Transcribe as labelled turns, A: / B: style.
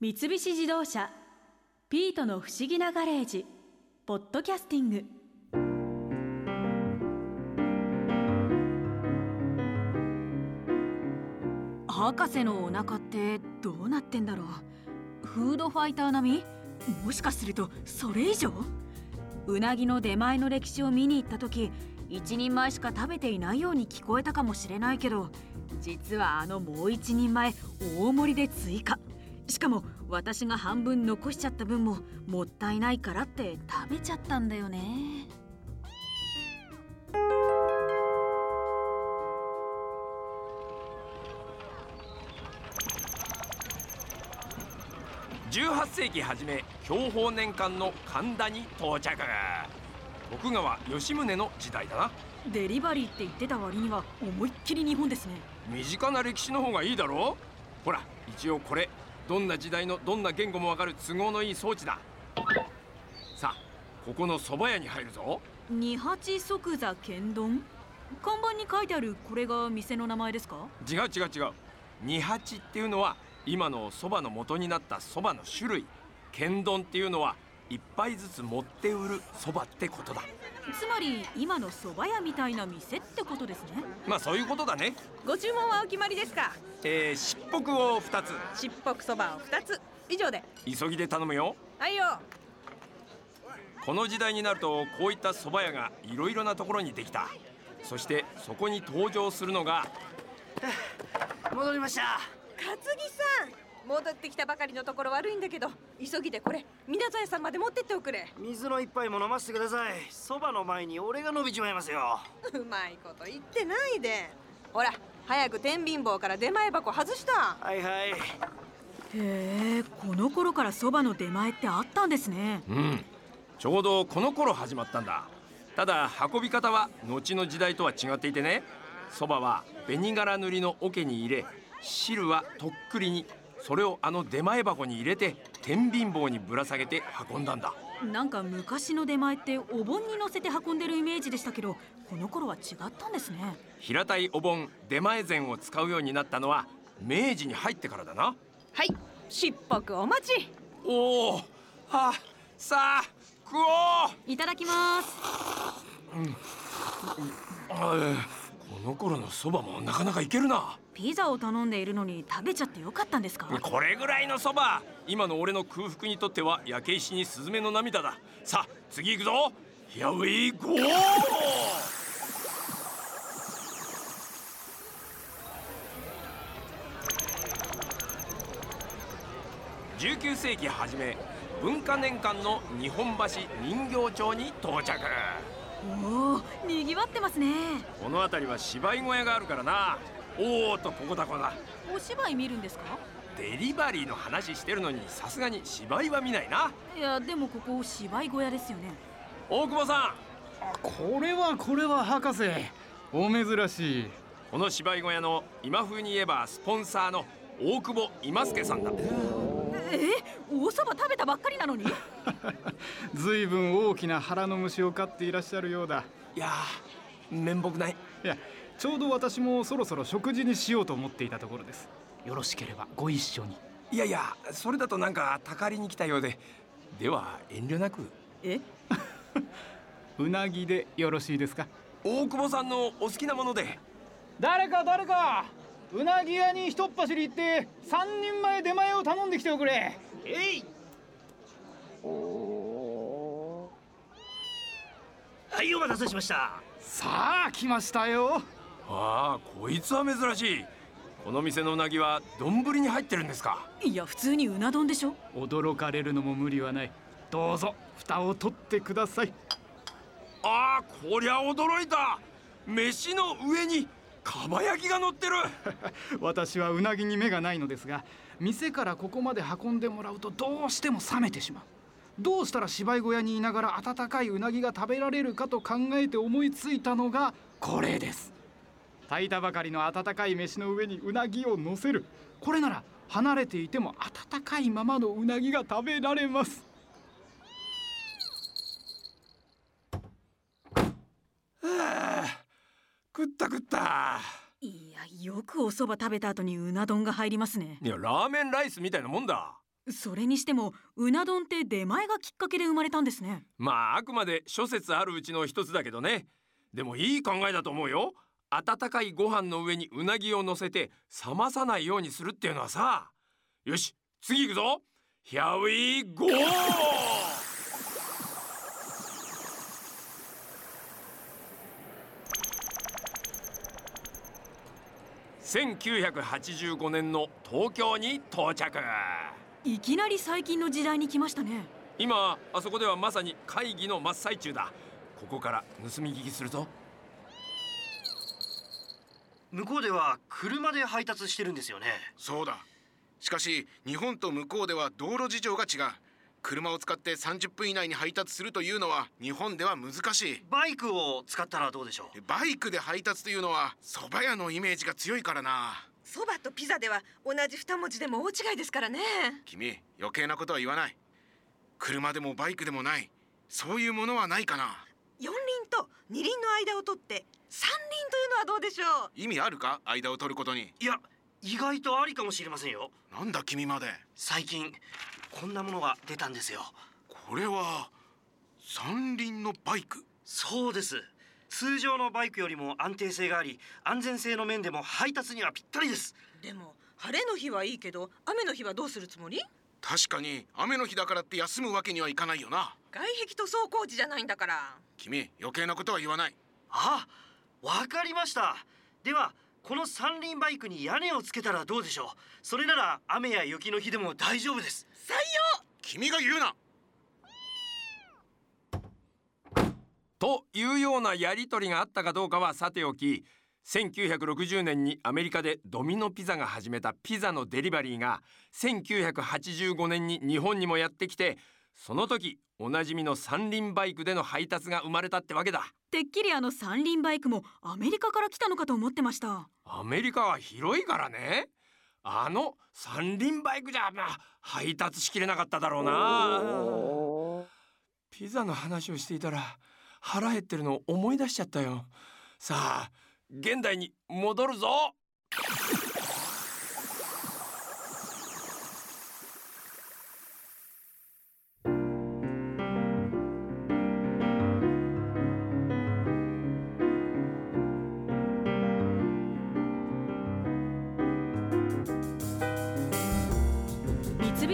A: 三菱自動車「ピートの不思議なガレージ」「ポッドキャスティング」
B: 博士のお腹ってどうなってんだろうフードファイター並みもしかするとそれ以上うなぎの出前の歴史を見に行った時一人前しか食べていないように聞こえたかもしれないけど実はあのもう一人前大盛りで追加しかも私が半分残しちゃった分ももったいないからって食べちゃったんだよね
C: 18世紀初め享保年間の神田に到着徳川吉宗の時代だな
B: デリバリーって言ってた割には思いっきり日本ですね
C: 身近な歴史の方がいいだろうほら一応これどんな時代のどんな言語もわかる都合のいい装置ださあここの蕎麦屋に入るぞ
B: 二八即座剣丼看板に書いてあるこれが店の名前ですか
C: 違う違う違う二八っていうのは今のそばの元になったそばの種類剣丼っていうのは一杯ずつ持って売るそばってことだ
B: つまり今の蕎麦屋みたいな店ってことですね
C: まあそういうことだね
D: ご注文はお決まりですか
C: えー、しっぽくを2つ
D: しっぽくそばを2つ以上で
C: 急ぎで頼むよ
D: はいよ
C: この時代になるとこういった蕎麦屋がいろいろなところにできたそしてそこに登場するのが
E: 戻りました
D: 担ぎさん戻ってきたばかりのところ悪いんだけど急ぎでこれ港屋さんまで持ってっておくれ
E: 水の一杯も飲ませてくださいそばの前に俺が伸びちまいますよ
D: うまいこと言ってないでほら早く天秤棒から出前箱外した
E: はいはい
B: へえこの頃から蕎麦の出前ってあったんですね
C: うんちょうどこの頃始まったんだただ運び方は後の時代とは違っていてねそばは紅殻塗りの桶に入れ汁はとっくりにそれをあの出前箱に入れて天秤棒にぶら下げて運んだんだ
B: なんか昔の出前ってお盆に乗せて運んでるイメージでしたけどこの頃は違ったんですね
C: 平たいお盆出前膳を使うようになったのは明治に入ってからだな
D: はいしっぽくお待ち
C: おおはあさあ食おう
B: いただきます
C: あえこの頃のそばもなかなかいけるな
B: ピザを頼んでいるのに食べちゃってよかったんですか
C: これぐらいのそば今の俺の空腹にとっては焼け石にスズメの涙ださあ次行くぞ Here we go! 19世紀初め文化年間の日本橋人形町に到着
B: おおにぎわってますね
C: この辺りは芝居小屋があるからなおおとここだここだ
B: お芝居見るんですか
C: デリバリーの話してるのにさすがに芝居は見ないない
B: やでもここ芝居小屋ですよね
C: 大久保さん
F: これはこれは博士お珍しい
C: この芝居小屋の今風に言えばスポンサーの大久保今助さんだ
B: えおそば食べたばっかりなのに
F: 随分大きな腹の虫を飼っていらっしゃるようだ
C: いやー面目ない
F: いやちょうど私もそろそろ食事にしようと思っていたところですよろしければご一緒に
C: いやいやそれだとなんかたかりに来たようででは遠慮なく
B: え
F: うなぎでよろしいですか
C: 大久保さんのお好きなもので
G: 誰か誰かうなぎ屋にひとっ走り行って3人前出前を頼んできておくれ
E: えいはいお待たせしました
F: さあ来ましたよ
C: ああこいつは珍しいこの店のうなぎは丼に入ってるんですか
B: いや普通にうな丼でしょ
F: 驚かれるのも無理はないどうぞ蓋を取ってください
C: ああこりゃ驚いた飯の上にかば焼きが乗ってる
F: 私はうなぎに目がないのですが店からここまで運んでもらうとどうしても冷めてしまうどうしたら芝居小屋にいながら温かいうなぎが食べられるかと考えて思いついたのがこれです炊いたばかりの温かい飯の上にうなぎを乗せるこれなら離れていても温かいままのうなぎが食べられます
C: 食った食った
B: いやよくおそば食べた後にうな丼が入りますね
C: いやラーメンライスみたいなもんだ
B: それにしてもうな丼って出前がきっかけで生まれたんですね
C: まああくまで諸説あるうちの一つだけどねでもいい考えだと思うよ温かいご飯の上にうなぎを乗せて冷まさないようにするっていうのはさよし次行くぞ Here we go! 1985年の東京に到着
B: いきなり最近の時代に来ましたね
C: 今あそこではまさに会議の真っ最中だここから盗み聞きするぞ
E: 向こうでは車で配達してるんですよね
H: そうだしかし日本と向こうでは道路事情が違う車を使って30分以内に配達するというのは日本では難しい
E: バイクを使ったらどうでしょう
H: バイクで配達というのは蕎麦屋のイメージが強いからな
D: そばとピザでは同じ二文字でも大違いですからね
H: 君余計なことは言わない車でもバイクでもないそういうものはないかな
D: 四輪と二輪の間を取って三輪というのはどうでしょう
H: 意味あるか間を取ることに
E: いや意外とありかもしれませんよ
H: なんだ君まで
E: 最近こんなものが出たんですよ
H: これは三輪のバイク
E: そうです通常のバイクよりも安定性があり安全性の面でも配達にはぴったりです
D: でも晴れの日はいいけど雨の日はどうするつもり
H: 確かに雨の日だからって休むわけにはいかないよな
D: 外壁と走行時じゃないんだから
H: 君余計なことは言わない
E: あわかりましたではこの三輪バイクに屋根をつけたらどうでしょうそれなら雨や雪の日でも大丈夫です
D: 採用
H: 君が言うな
C: というようなやり取りがあったかどうかはさておき1960年にアメリカでドミノピザが始めたピザのデリバリーが1985年に日本にもやってきてその時おなじみの三輪バイクでの配達が生まれたってわけだ
B: てっきりあの三輪バイクもアメリカから来たのかと思ってました
C: アメリカは広いからねあの三輪バイクじゃ、まあ、配達しきれなかっただろうなピザの話をしていたら腹減ってるのを思い出しちゃったよさあ現代に戻るぞ
A: 三